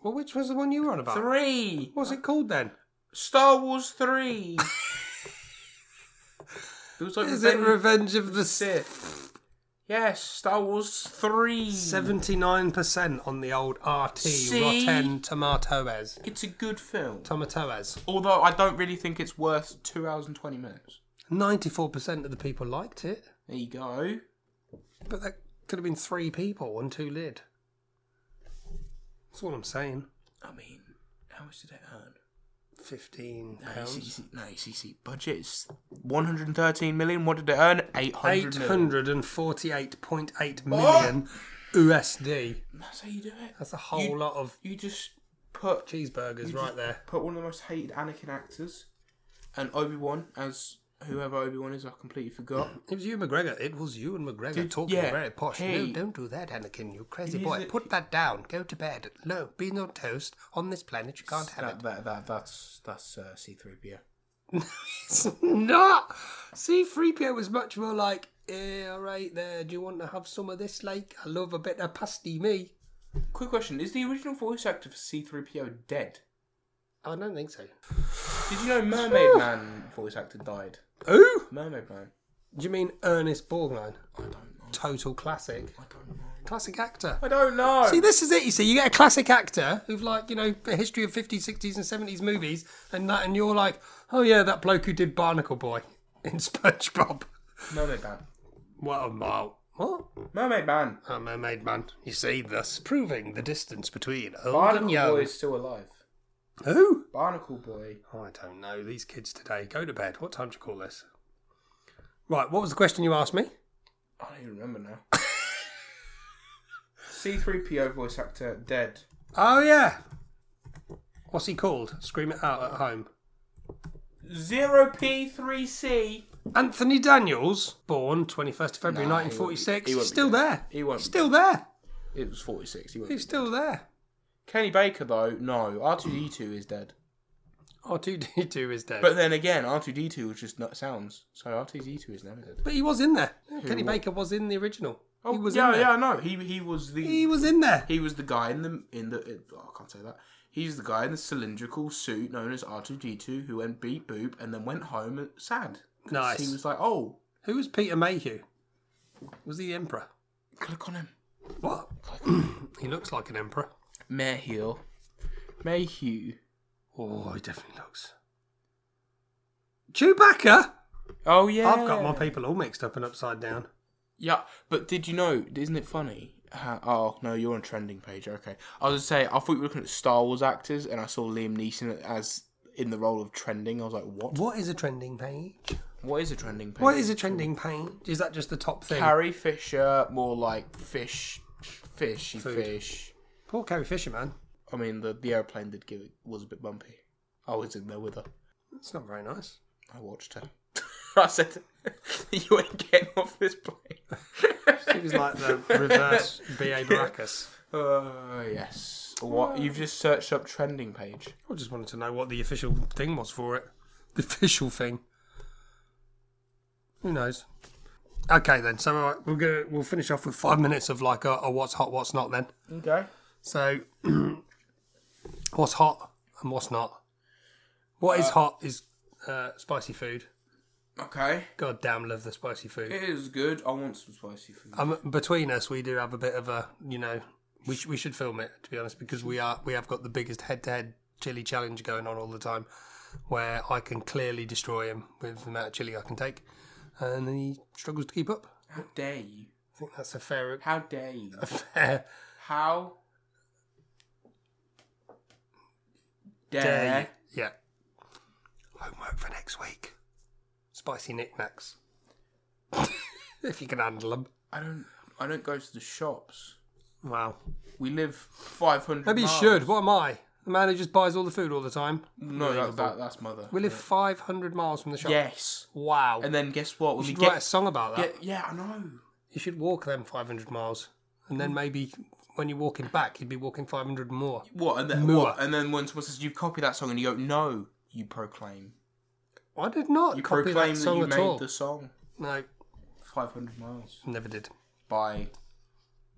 Well, which was the one you were on about? Three, What's it called then? Star Wars three. it was like Is it Revenge- Revenge of the Sith? Sith. Yes, Star Wars three. Seventy-nine percent on the old RT See? rotten tomatoes. It's a good film. Tomatoes. Although I don't really think it's worth two hours and twenty minutes. Ninety-four percent of the people liked it, There you go. but that could have been three people on two lid. That's all I'm saying. I mean, how much did it earn? Fifteen pounds. ACC, no, ACC budget is 113 million. What did it earn? 800 Eight million. hundred and forty-eight point eight million USD. That's how you do it. That's a whole You- lot of You just put cheeseburgers you right just there. Put one of the most hated Anakin actors and Obi Wan as whoever Obi Wan is. I completely forgot. It was you, McGregor. It was you and McGregor Dude, talking yeah. very posh. Hey. No, don't do that, Anakin. You crazy It is boy. a- Put that down. Go to bed. No, be no toast. On this planet, you can't have that, that, that that's that's uh, C3PO. it. It's not. See, 3PO was much more like, eh, all right, there. Do you want to have some of this? Like, I love a bit of pasty me. Quick question: Is the original voice actor for C3PO dead? I don't think so. Did you know Mermaid Man voice actor died? Ooh! Mermaid Man. Do you mean Ernest Borgnine? I don't know. Total classic. I don't know. Classic actor. I don't know. See, this is it. You see, you get a classic actor who've like you know a history of 50s, 60s, and 70s movies, and that, and you're like, oh yeah, that bloke who did Barnacle Boy in SpongeBob. Mermaid Man. What a mile! What? Mermaid Man. A mermaid man. You see, thus proving the distance between old Barnacle and young. Boy is still alive. Who? Oh, Barnacle Boy. I don't know. These kids today. Go to bed. What time do you call this? Right. What was the question you asked me? I don't even remember now. C3PO voice actor dead. Oh yeah. What's he called? Scream it out at home. Zero P3C. Anthony Daniels, born 21st of February Nah, he won't be- 1946, he won't be still dead. there. He won't be Still there. It was 46. He He's still there. Kenny Baker though, no. R2D2 is dead. R2D2 is dead. But But, then again, R2D2 was just nut sounds. So R2D2 is never dead. he was in there. Kenny wa- Baker was in the original. he was Oh, yeah, in there. yeah, no. He he was the He was in there. He was the guy in the in the. it- oh, I can't say that. He's the guy in the cylindrical suit known as R two D two, who went beep boop and then went home and- sad. 'Cause Nice. He was like, "Oh, Who was Peter Mayhew? Was he the Emperor? click on him, What? he looks like an Emperor. Mayhew, Mayhew." Oh, he definitely looks. Chewbacca? Oh yeah, I've got my people all mixed up and upside down. Yeah, but did you know? Isn't it funny? how- oh no, you're on trending page. Okay, I was gonna say I thought you were looking at Star Wars actors, and I saw Liam Neeson as in the role of trending. I was like, "What? What is a trending page? What is a trending page? What is a trending page? Is that just the top thing? Carrie Fisher, more like fish, fishy fish. Poor Carrie Fisher, man. I mean, the, the airplane did give it was a bit bumpy. I was in there with her. That's not very nice. I watched her. I said, "You ain't getting off this plane." It was like the reverse B.A. Baracus. Oh yes. What you've just searched up trending page? I just wanted to know what the official thing was for it. The official thing. Who knows? Okay then. So all right, we're gonna we'll finish off with five minutes of like a, a what's hot, what's not then. Okay. So what's hot and what's not. What is hot is uh, spicy food. Okay. God damn, love the spicy food. It is good. I want some spicy food. Um, between us, we do have a bit of a you know we sh- we should film it to be honest because we are we have got the biggest head to head chili challenge going on all the time, where I can clearly destroy him with the amount of chili I can take, and he struggles to keep up. How dare you? I think that's a fair How dare you? a fair How Dare Dare. you- Yeah. Homework for next week. Spicy knickknacks. if you can handle them. I don't. I don't go to the shops. Wow. We live five hundred. Maybe you should. What am I? The man who just buys all the food all the time. No, that, that, that's mother. We live 500 miles from the shop. Yes. Wow. And then guess what? When you we should get, write a song about that. get- yeah, I know. You should walk them 500 miles. And then maybe when you're walking back, you'd be walking 500 more. What and then Moor. what? And then when someone says you've copied that song, and you go, no, you proclaim. I did not You copy proclaim that that, song you at made all. the song. No, Five hundred miles never did. by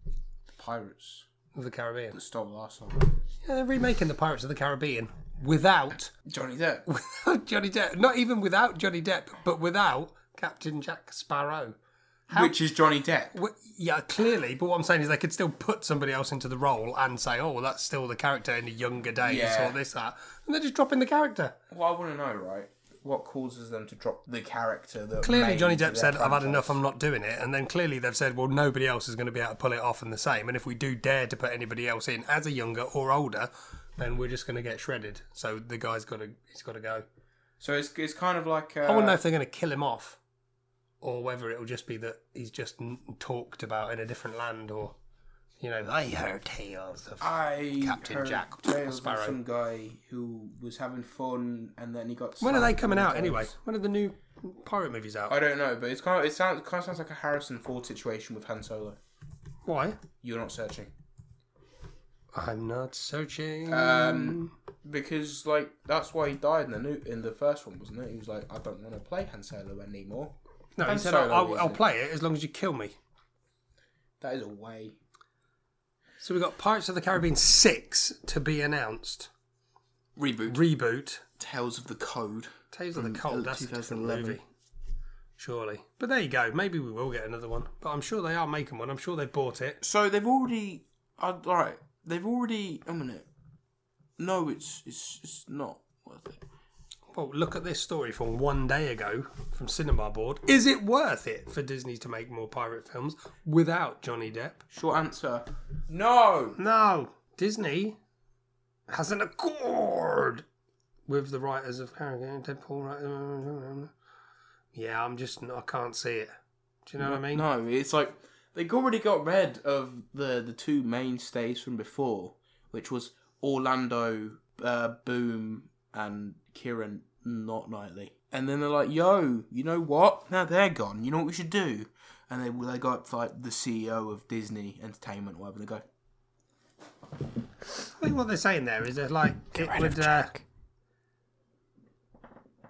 the pirates Of the Caribbean. that stole our song. Yeah, they're remaking the Pirates of the Caribbean without Johnny Depp. Johnny Depp. Not even without Johnny Depp, but without Captain Jack Sparrow. Which is Johnny Depp. Wh- Yeah, clearly. But what I'm saying is, they could still put somebody else into the role and say, "Oh, well, that's still the character in the younger days, Yeah. or this that," and they're just dropping the character. Well, I want to know, right? What causes them to drop the character that Clearly, made Johnny their Depp said, "I've had franchise?" enough. I'm not doing it." And then clearly they've said, "Well, nobody else is going to be able to pull it off and the same." And if we do dare to put anybody else in as a younger or older, then we're just going to get shredded. So the guy's got to he's got to go. So it's, it's kind of like uh, I want to know if they're going to kill him off, or whether it'll just be that he's just n- talked about in a different land, or you know, Ah. I heard tales of. I Captain heard Jack tales of Sparrow. some guy who was having fun and then he got. When are they slapped coming and out goes- anyway? When are the new pirate movies out? I don't know, but it's kind of it sounds kind of sounds like a Harrison Ford situation with Han Solo. Why? You're not searching I'm not searching. Um, Hmm. because like that's why he died in the new in the first one, wasn't it? He was like, I don't want to play Han Solo anymore. no, he Han said Solo I'll, is I'll it?" play it as long as you kill me. That is a way. So we've got Pirates of the Caribbean 6 to be announced. Reboot. Reboot. Tales of the Code. Tales of the From Cold, that's a different 2011. movie. Surely. But there you go. Maybe we will get another one. But I'm sure they are making one. I'm sure they bought it. So they've already. Uh, all right, they've already. A minute. No, it's it's it's not worth it. Well, look at this story from one day ago from Cinema Board. Is it worth it for Disney to make more pirate films without Johnny Depp? Short answer. No. No, Disney has an accord with the writers of Harry Deadpool. Right? Yeah, I'm just I can't see it. Do you know what I mean? No, it's like they already got rid of the the two mainstays from before, which was Orlando uh, Boom and Kieran Not Knightley. And then they're like, "Yo, you know what? Now they're gone. You know what we should do?" And they they go up to like the CEO of Disney Entertainment, or whatever. And they go, I think what they're saying there is they're like it would. Uh,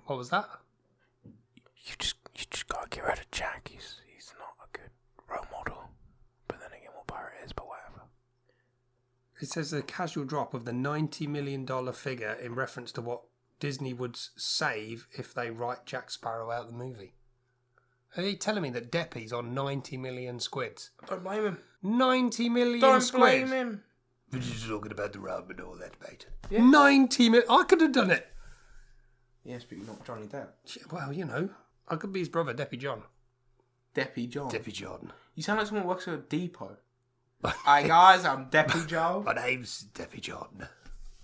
what was that? you just you just gotta get rid of Jack. He's he's not a good role model. But then again, what pirate is? But whatever. It says a casual drop of the ninety million dollar figure in reference to what Disney would s- save if they write Jack Sparrow out of the movie. Are you telling me that Deppy's on ninety million squids? "Don't blame him. Ninety million Don't squid. blame him." We're just talking about the rub and all that, mate. Yeah. Ninety minutes. I could have done it. Yes, but you're not Johnny Depp. Well, you know, I could be his brother, Deppy John. Deppy John. Deppy John. You sound like someone who works at a depot. Hi guys, I'm Deppy John. My name's Deppy John.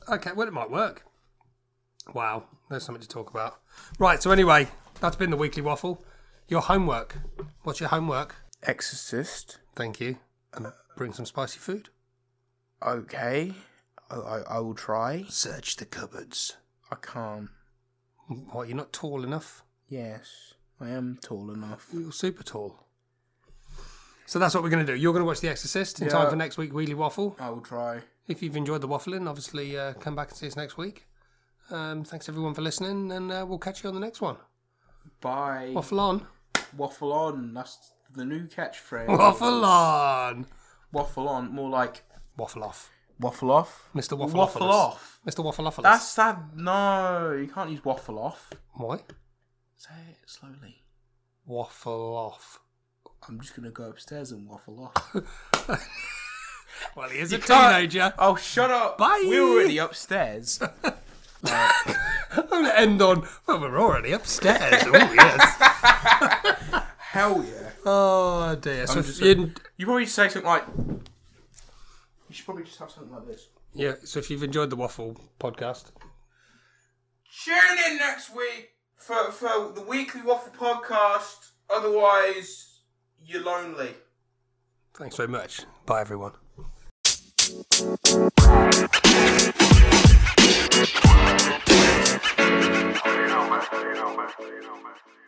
Okay, well, it might work. Wow, there's something to talk about. Right, so anyway, that's been the weekly waffle. Your homework. What's your homework? Exorcist. Thank you. And bring some spicy food. Okay. I, I, I will try. Search the cupboards. I can't. What? You're not tall enough. Yes, I am tall enough. You're super tall. So that's what we're going to do. You're going to watch The Exorcist in time Yeah. for next week Wheelie Waffle. I will try. If you've enjoyed the waffling, obviously uh, come back and see us next week. Um, thanks everyone for listening, and uh, we'll catch you on the next one. Bye. Waffle, Waffle on. on. That's the new catchphrase. Waffle on. Waffle on. More like Waffle off. waffle off. Mr. Waffle Waffle Offelus. off. Mr. Waffle off. That's that. No, you can't use waffle off. Why? Say it slowly. Waffle off. I'm just gonna go upstairs and waffle off. Well, he is a can't- teenager. oh, shut up. Bye. We were already upstairs. I'm going to end on, well, we're already upstairs. oh, yes. Hell yeah. Oh, dear. So if just- you, You probably say something like. You should probably just have something like this. yeah, so if you've enjoyed the Waffle podcast, Tune in next week for, for the weekly waffle podcast. Otherwise, you're lonely. Thanks very much. Bye, everyone. You know, man. You know, man. You know, man.